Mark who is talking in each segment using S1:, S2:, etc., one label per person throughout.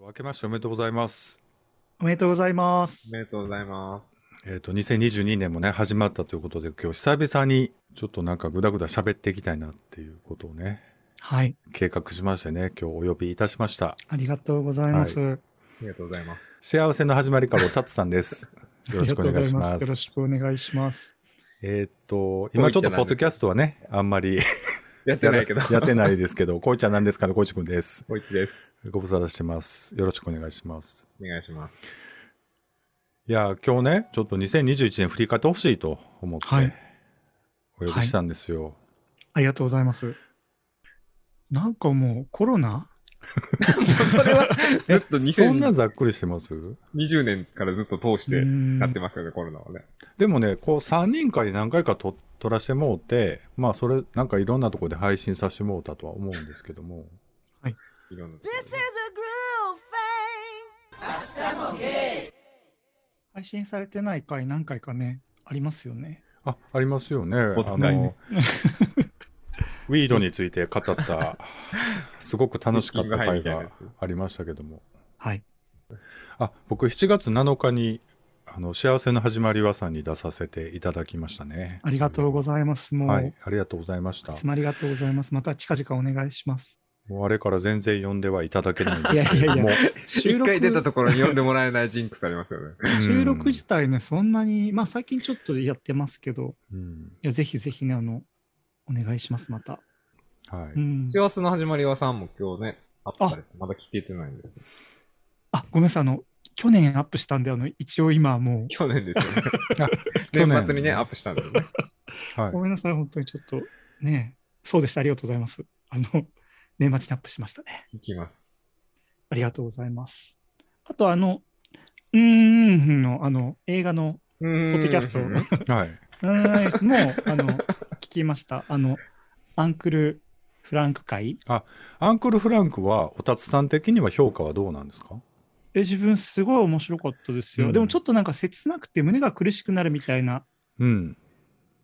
S1: 明けましておめでとうございます。
S2: おめでとうございま
S3: おめ
S2: す。
S3: でとうございます。
S1: えっ、と、2022年もね、始まったということで、今日久々にちょっとなんかぐだぐだ喋っていきたいなっていうことをね、
S2: はい、
S1: 計画しましてね、今日お呼びいたしました。
S2: ありがとうございます。
S3: ありがとうございます。
S1: 幸せの始まりからおたつさんです。
S2: あ
S1: よろ
S2: り
S1: し
S2: が
S1: く
S2: と
S1: お
S2: うござ
S1: 願いしま
S2: よろ
S1: す。
S2: しくお願いします。
S1: えっ、と、今ちょっとポッドキャストはね、あんまり
S3: やって ないけど、
S1: やってないですけど、こいちゃんなんですかね、こいちくんです。
S3: おいちです。
S1: ご無沙汰してます。よろしくお願いします。
S3: お願いします。
S1: いや、今日ね、ちょっと2021年振り返ってほしいと思って、
S2: はい
S1: お呼びしたんですよ。
S2: ありがとうございます。なんかもうコロナ
S3: それは、 ずっと
S1: そんな
S3: 2020
S1: ざっくりしてます
S3: 年からずっと通し
S2: うー
S3: て
S2: ん
S3: やってますよね、コロナはね。
S1: でもね、こう3人会で何回かと撮らしてもうて、まあそれなんかいろんなとこで配信させてもうたとは思うんですけども、
S3: いろんなとこ
S4: This is a groove thing.
S2: 配信されてない回何回かね、ありますよね。
S1: あ、ありますよね。
S3: お
S1: あ
S3: 伝
S1: の
S3: えね、
S1: ウィードについて語った、 すごく楽しかった
S3: ピッキングハイ
S1: 回
S3: みたいなや
S1: がありましたけども。
S2: はい。
S1: あ、僕7月7日に、あの、幸せの始まりはさんに出させていただきましたね。
S2: ありがとうございます。もう、
S1: はい
S2: い、、
S1: ありがとうございました。
S2: つもありがとうございます。また近々お願いします。
S1: もうあれから全然呼んではいただけないん
S2: い
S1: で
S2: や
S1: す
S2: い
S1: け
S2: や
S1: ど
S2: い
S1: も
S2: や、、
S3: 一
S2: 収録
S3: 回出たところに呼んでもらえないジンクスありますよね。
S1: うん
S2: 収録自体ね、そんなに、まあ最近ちょっとやってますけど、
S1: うん
S2: いやぜひぜひね、あの、お願いします、また。
S1: は
S2: う
S1: い。
S2: ん、
S3: 幸せの始まりはさんも今日ね、アップされて、まだ聞けてないんですけど。
S2: あ、ごめんなさい、あの、去年アップしたんで、あの、一応今はもう、
S3: 去年ですよね。
S1: 去
S3: 年末にね、アップしたんですよね。
S1: はい
S2: ご。めんなさい、本当にちょっと、ねえ、そうでした、ありがとうございます。あの、年末にアップしましたね。
S3: いきます。
S2: ありがとうございます。あと、あの、うーんの、あの、映画の、ポ
S3: ポッ
S2: ッドキャスト、う
S1: はい。
S2: ーん、もう、あの、聞きました。あの、アンクル・フランク会。
S1: アンクルフランクは、おたつさん的には評価はどうなんですか
S2: え自分、すごい面白かったですよ。
S1: うん
S2: でも、ちょっとなんか、切なくて胸が苦しくなるみたいな、
S1: うん。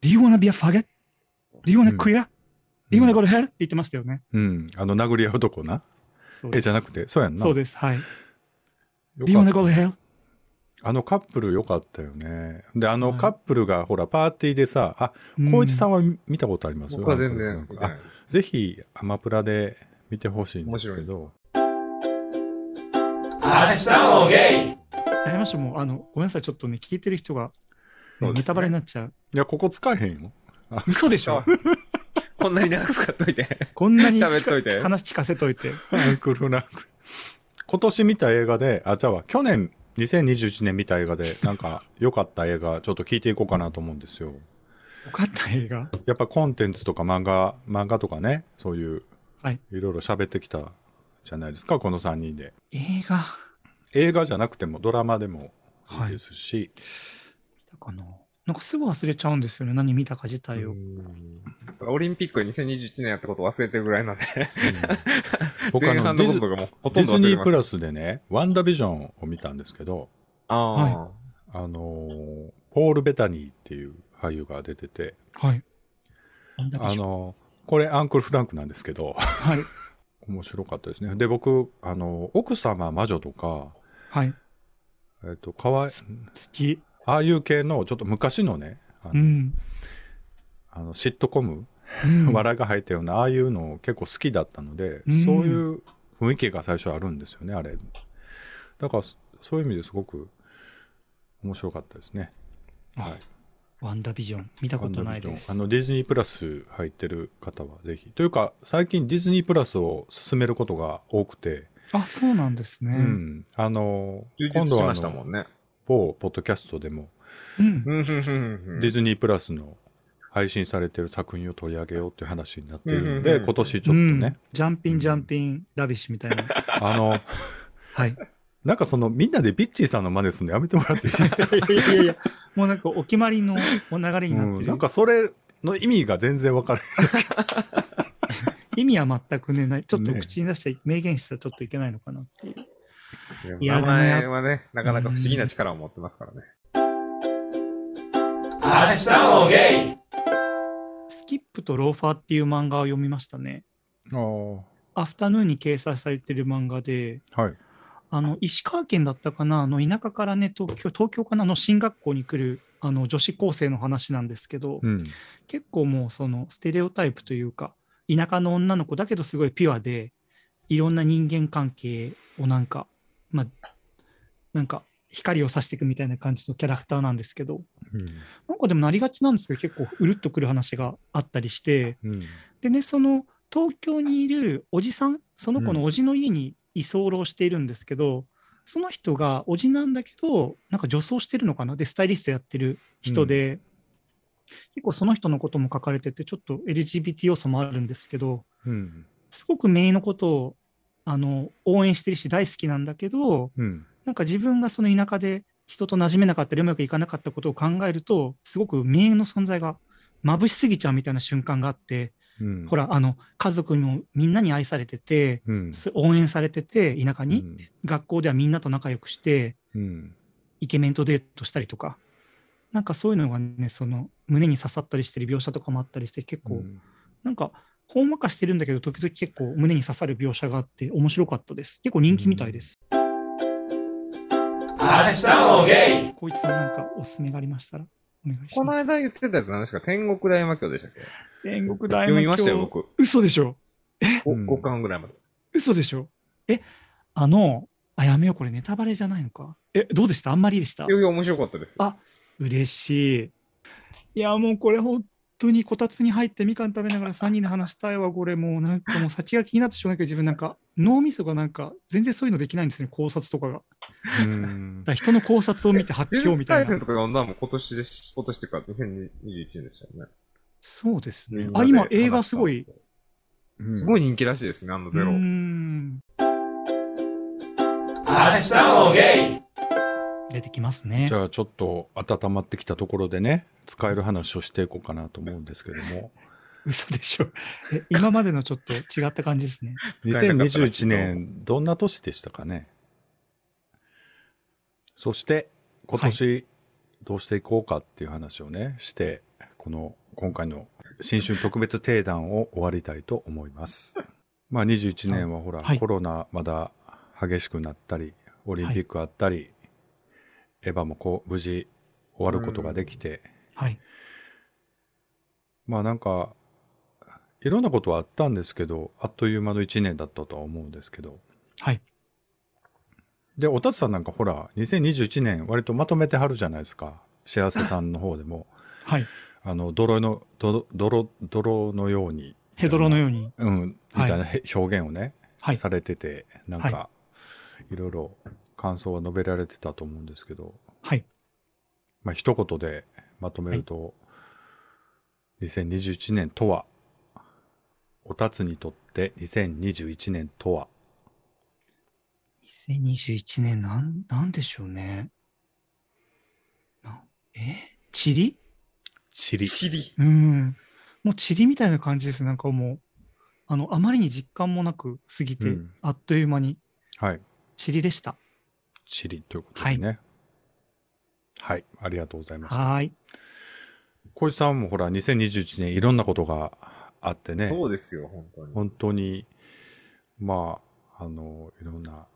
S2: Do you wanna be a faggot? Do you wanna
S1: うん
S2: queer? Do you wanna go to hell? って言ってましたよね。
S1: うん。あの、殴り合うとこな。
S2: そう
S1: え、
S2: です
S1: じゃなくて、そうやんな。
S2: そうです。はい。
S1: よ
S2: Do you
S1: かっ
S2: wanna go to hell?
S1: あのカップルよかったよね。で、あの
S2: はい
S1: カップルが、ほら、パーティーでさ、あ、光一さんは見たことあります
S3: 僕は全
S1: アンク
S3: 然
S1: ル
S3: 見
S1: フ
S3: て
S1: ラン
S3: な
S1: ク
S3: い。
S1: あ、ぜひ、アマプラで見てほしいんですけど。
S2: やりましょう、もう、あの、ごめんなさい、ちょっとね、聞いてる人が、
S3: そうですね
S2: ネタバレになっちゃう。
S1: いや、ここ使えへんよ。
S2: 嘘でしょ
S3: こんなに長く使っといて。
S2: こんなに
S3: 喋っといて
S2: 話聞かせといて。
S1: アンクルフランク。今年見た映画で、あ、じゃあ、去年、2021年見た映画で、なんか、良かった映画、ちょっと聞いていこうかなと思うんですよ。
S2: よかった映画。
S1: やっぱコンテンツとか漫画、漫画とかね、そういう、
S2: はい、
S1: ろいろ喋ってきたじゃないですか、この3人で。
S2: 映画、
S1: 映画じゃなくてもドラマでもい
S2: はいい
S1: です し、
S2: 見たかな。なんかすぐ忘れちゃうんですよね、何見たか自体を。
S3: うんそうオリンピック2021年やったこと忘れてるぐらいなんで、
S1: うん 僕あ
S3: 前
S1: の
S3: 半
S1: デ
S3: の
S1: ィ
S3: こと
S1: ズ
S3: とかもうほと
S1: ディ
S3: ん
S1: ズ
S3: ど忘
S1: ニ
S3: れて
S1: ー
S3: ま
S1: プ
S3: す。
S1: ラスでね、ワンダビジョンを見たんですけど、
S3: あ
S1: あのーポール・ベタニーっていう俳優が出てて、
S2: はい。なんだ
S1: あ
S2: でしょう
S1: のーこれアンクル・フランクなんですけど、
S2: はい。
S1: 面白かったですね。で、僕、あのー奥様魔女とか、
S2: はい。
S1: えっ、と、かわい、
S2: 好き。
S1: ああいう系の、ちょっと昔のね、あの
S2: うん。
S1: あのシットコム
S2: うん
S1: 笑いが入ったようなああいうの結構好きだったので、
S2: うん
S1: そういう雰囲気が最初あるんですよねあれだからそそういう意味ですごく面白かったですね
S2: あ
S1: はい
S2: ワンダービジョン、見たことないです。
S1: あのディズニープラス入ってる方はぜひというか最近ディズニープラスを進めることが多くて、
S2: あ、そうなんですね。
S1: う。んあの
S3: 充
S1: 今
S3: 実
S1: 度
S3: し
S1: はあ
S3: ましたも
S1: の
S3: んね。
S1: 某ポッドキャストでも
S2: うん
S3: うんうんうんうん
S1: ディズニープラスの配信されてる作品を取り上げようっていう話になっているの
S3: うん
S1: で、
S3: うんうん
S1: 今年ちょっ
S2: う
S1: と
S2: ん
S1: ね、
S2: ジャンピンジャンピン、ラビッシュみ たいな。
S1: あの
S2: はい。
S1: なんかそのみんなでビッチーさんの真似するのやめてもらっていいです か、
S2: いやいやいや、もうなんかお決まりのお流れ
S1: う
S2: になって
S1: ん、
S2: る。
S1: なんかそれの意味が全然分からない。
S2: 意味は全くね、ないちょっと
S1: ね
S2: 口に出して明言したらちょっといけないのかなっていう。いや
S3: 名前はね、なかなか不思議な力を持ってますからね。
S2: スキップとローファーっていう漫画を読みましたね。
S1: あ
S2: アフタヌーンに掲載されてる漫画で、
S1: はい。
S2: あの石川県だったかな、あの田舎からね、東京東京かなの進学校に来るあの女子高生の話なんですけど、
S1: うん。
S2: 結構もうそのステレオタイプというか、田舎の女の子だけどすごいピュアで、いろんな人間関係をなんか、まあ、なんか光を差していくみたいな感じのキャラクターなんですけど、
S1: う
S2: なんかでもなりがちなんですけど、結構うるっとくる話があったりして、
S1: ん。うん。
S2: でね、その東京にいるおじさん、その子のおじの家に居候しているんですけど、その人がおじなんだけど、なんか女装してるのかな、で、スタイリストやってる人で、結構その人のことも書かれてて、ちょっと LGBT 要素もあるんですけど、
S1: うん。
S2: すごくメイのことをあの応援してるし、大好きなんだけど、
S1: うん。
S2: なんか自分がその田舎で人と馴染めなかったり、うまくいかなかったことを考えると、すごくメイの存在が眩しすぎちゃうみたいな瞬間があって、
S1: うん。
S2: ほ
S1: ら、
S2: ら、あの、家族にもみんなに愛されてて、
S1: うん。
S2: す応援されてて、田舎に、
S1: うん
S2: 学校ではみんなと仲良くして、
S1: うん。
S2: イケメンとデートしたりとか、なんかそういうのがね、その、胸に刺さったりしてる描写とかもあったりして、結構、
S1: うん
S2: なんか、ほんわかしてるんだけど、時々結構胸に刺さる描写があって、面白かったです。結構人気みたいです。明日もゲイ光一さん、なんかおすすめがありましたら、お願いし
S3: この
S2: ます。
S3: 間言ってたやつ何ですか天国大魔教でしたっけ
S2: 天国大
S3: 読
S2: 魔
S3: みましたよ、
S2: 教。
S3: 僕。
S2: 嘘でしょ
S1: う
S3: お
S1: ん
S3: 5巻ぐらいまで。
S2: 嘘でしょえ、あの、あ、やめよう、これネタバレじゃないのか。え、どうでしたあんまりでした
S3: いやいや、面白かったですよ。
S2: あ嬉しい。いや、もうこれ本当にこたつに入ってみかん食べながら3人で話したいわ、これもうなんかもう先が気になってしょうがないけど、自分なんか脳みそがなんか全然そういうのできないんですよね、考察とかが。だか
S1: うん。
S2: ら人の考察を見て発
S3: 呪
S2: 狂
S3: 術
S2: みた
S3: 大
S2: いな
S3: 戦。とか読んだのも今年です、今年っていうか2021年でしたよね。
S2: そうです
S3: み
S2: ね
S3: ん。な
S2: あ、
S3: で
S2: 今映画すごい。。
S1: うん
S3: すごい人気らしいですね、あのゼロ
S2: うー。ん出てきますね
S1: じ。ゃあちょっと温まってきたところでね、使える話をしていこうかなと思うんですけども、
S2: 嘘でしょ。え今までのちょっと違った感じですね。
S1: 2021年、どんな年でしたかねそして、今年、どうしていこうかっていう話をね、して、この、今回の新春特別定談を終わりたいと思います。まあ、21年はほら、
S2: はい
S1: コロナまだ激しくなったり、オリンピックあったり、エヴァもこう、無事終わることができて、
S2: はい。
S1: まあなんか、いろんなことはあったんですけど、あっという間の1年だったとは思うんですけど。
S2: はい。
S1: で、おたつさんなんかほら、2021年割とまとめてはるじゃないですか。幸せさんの方で も。
S2: はい。
S1: あの、泥の、泥、泥、泥のように、
S2: ヘドロのように。
S1: うん、み
S2: は
S1: た
S2: い
S1: いなへ表現をね、
S2: はい。
S1: されてて、なんか、、
S2: はい
S1: ろいろ感想は述べられてたと思うんですけど、
S2: はい。
S1: まあ一言でまとめると、2021年とは、おたつにとって2021年とは、
S2: 2021年なん、なんでしょうね。なえチリ
S1: チリ。
S3: チリ。
S2: うん。もうチリみたいな感じです。なんかもう、あの、あまりに実感もなく過ぎて、
S1: うん
S2: あっという間に
S1: はい。
S2: チリでした。
S1: チリということでね。はい。ありがとうございました。
S2: はーい。
S1: 小石さんもほら、2021年いろんなことがあってね、
S3: そうですよ、本当に。
S1: 本当に、まあ、あの、いろんな、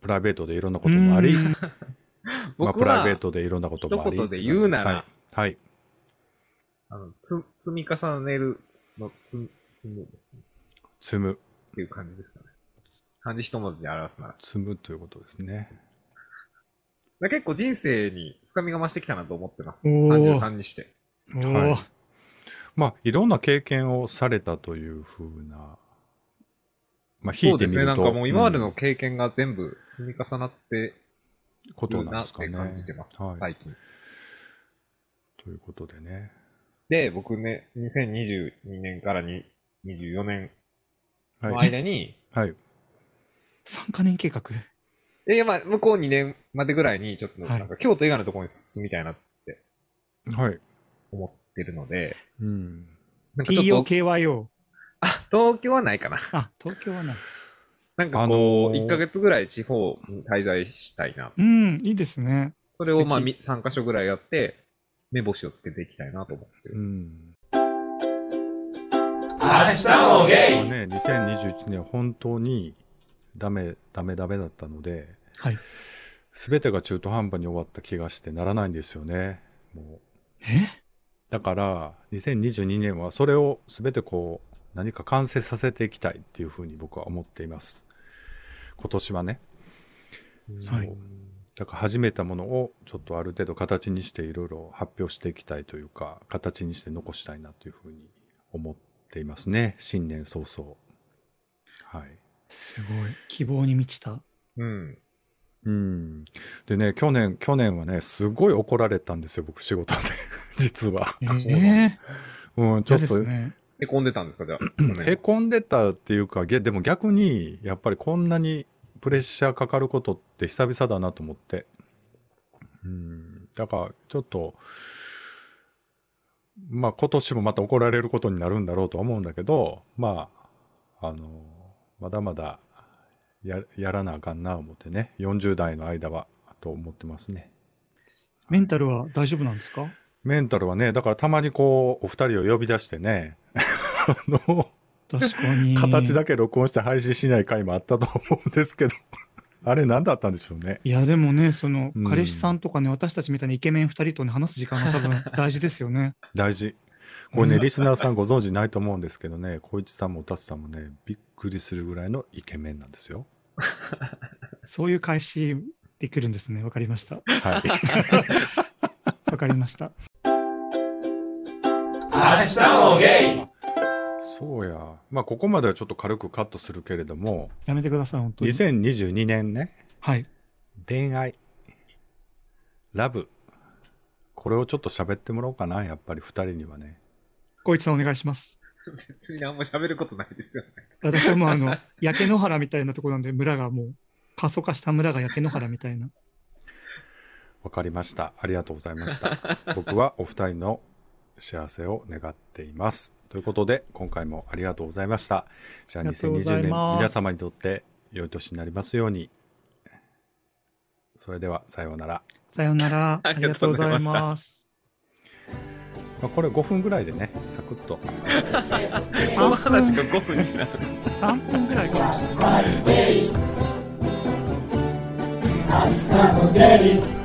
S1: プライベートでいろんなこともあり、
S2: うん
S1: まあ、
S3: 僕
S1: プライベー
S3: は、
S1: トでいろんなこともあり。
S3: 一言で言うなら
S1: はいはい。
S3: あの、つ、積み重ねるの、つ、積むっ
S1: 積む、
S3: ていう感じですかね。漢字一文字で表すなら。だか
S1: 積むということですね。
S3: ら結構人生に深みが増してきたなと思ってます。
S2: おー
S3: 33にして。
S2: おー、
S1: はいまあ、いろんな経験をされたというふうな、まあ、引
S3: そ
S1: いうて
S3: で
S1: み
S3: す
S1: る
S3: ね、
S1: と、
S3: なんかもう今まで
S1: う
S3: の
S1: ん
S3: 経験が全部積み重なって
S1: こと
S3: る
S1: なん
S3: な
S1: で
S3: っ
S1: すか
S3: て
S1: ね。
S3: 感じてます、
S1: はい。
S3: 最近。
S1: ということでね。
S3: で、僕ね、2022年からに24年の
S1: はい。
S3: 間に、
S1: はい。
S2: 三カ年計画。
S3: えまあ、向こう2年までぐらいに、ちょっとなんか、
S2: は
S3: 京都以外のところに進みたいなと
S1: はい。
S3: 思ってるので、
S1: うん。
S3: なんかちょっと、
S2: TOKYO。
S3: あ、東京はないかな。
S2: あ、東京はない。
S3: なんか
S1: あの
S3: こう、
S1: ー
S3: 1ヶ月ぐらい地方に滞在したいな。
S2: うん、いいですね。
S3: それをまあ、
S2: 素
S3: み3カ所ぐらいやって、目星をつけていきたいなと思ってる。
S1: うん。
S3: 明日も
S1: まあね、2021年本当にダメ、ダメダメだったので、
S2: はい。
S1: すべてが中途半端に終わった気がしてならないんですよね。もう。
S2: え
S1: だから、2022年はそれをすべてこう、何か完成させていきたいっていうふうに僕は思っています。今年はね。
S2: はい
S1: そうだから始めたものをちょっとある程度形にしていろいろ発表していきたいというか、形にして残したいなというふうに思っていますね。新年早々。はい。
S2: すごい。希望に満ちた。
S3: うん。
S1: うん。でね、去年、去年はね、すごい怒られたんですよ、僕仕事で。 実は。
S2: え
S3: なんだ
S2: え
S1: うん、ちょ
S2: 嫌
S1: っ
S2: です
S1: と、
S2: ね。
S3: へこんでたんですか、じゃあ。
S1: へこんでたっていうか、げでも逆に、やっぱりこんなにプレッシャーかかることって久々だなと思って。うん。だから、ちょっと、まあ今年もまた怒られることになるんだろうとは思うんだけど、まあ、あの、まだまだややらなあかんな思ってね、40代の間は、と思ってますね。
S2: メンタルは大丈夫なんですか
S1: メンタルはね、だからたまにこう、お二人を呼び出してね、 あの、
S2: 確かに。
S1: 形だけ録音して配信しない回もあったと思うんですけど、 あれ何だったんでしょうね。
S2: いや、でもね、その
S1: うん、
S2: 彼氏さんとかね、私たちみたいにイケメン2人とね、話す時間が多分大事ですよね。
S1: 大事。これね、
S2: うん
S1: リスナーさんご存知ないと思うんですけどね、光一さんもおたつさんもね、びっくりするぐらいのイケメンなんですよ。
S2: そういう返しできるんですね。わかりました。
S1: はい。
S2: わかりました。
S1: そうや。まあ、ここまではちょっと軽くカットするけれども、
S2: やめてください、本当に。
S1: 2022年ね、
S2: はい。
S1: 恋愛、ラブ、これをちょっと喋ってもらおうかな、やっぱり二人にはね。
S2: こいつさんお願いします。
S3: 別にあんま喋ることないですよね。
S2: 私はもうあの、焼け野原みたいなところなんで、村がもう、過疎化した村が焼け野原みたいな。
S1: わかりました。ありがとうございま した。僕はお二人の幸せを願っています。ということで、今回もありがとうございました。じゃあ、
S2: ありがとうござ
S1: 2020
S2: い
S1: 年、
S2: ます
S1: 皆様にとって良い年になりますように。それでは、さようなら。
S2: さよなら。
S3: あ
S2: あ
S3: り
S2: り
S3: が
S2: が
S3: と
S2: と
S3: う
S2: う
S3: ご
S2: ござ
S3: ざいま
S2: い
S3: した
S2: ます。
S1: まあ、これ5分ぐらいでね、サクッと。
S3: この話が5分になる。
S2: 3分ぐらいかもしれない。
S5: Hasta spaghetti.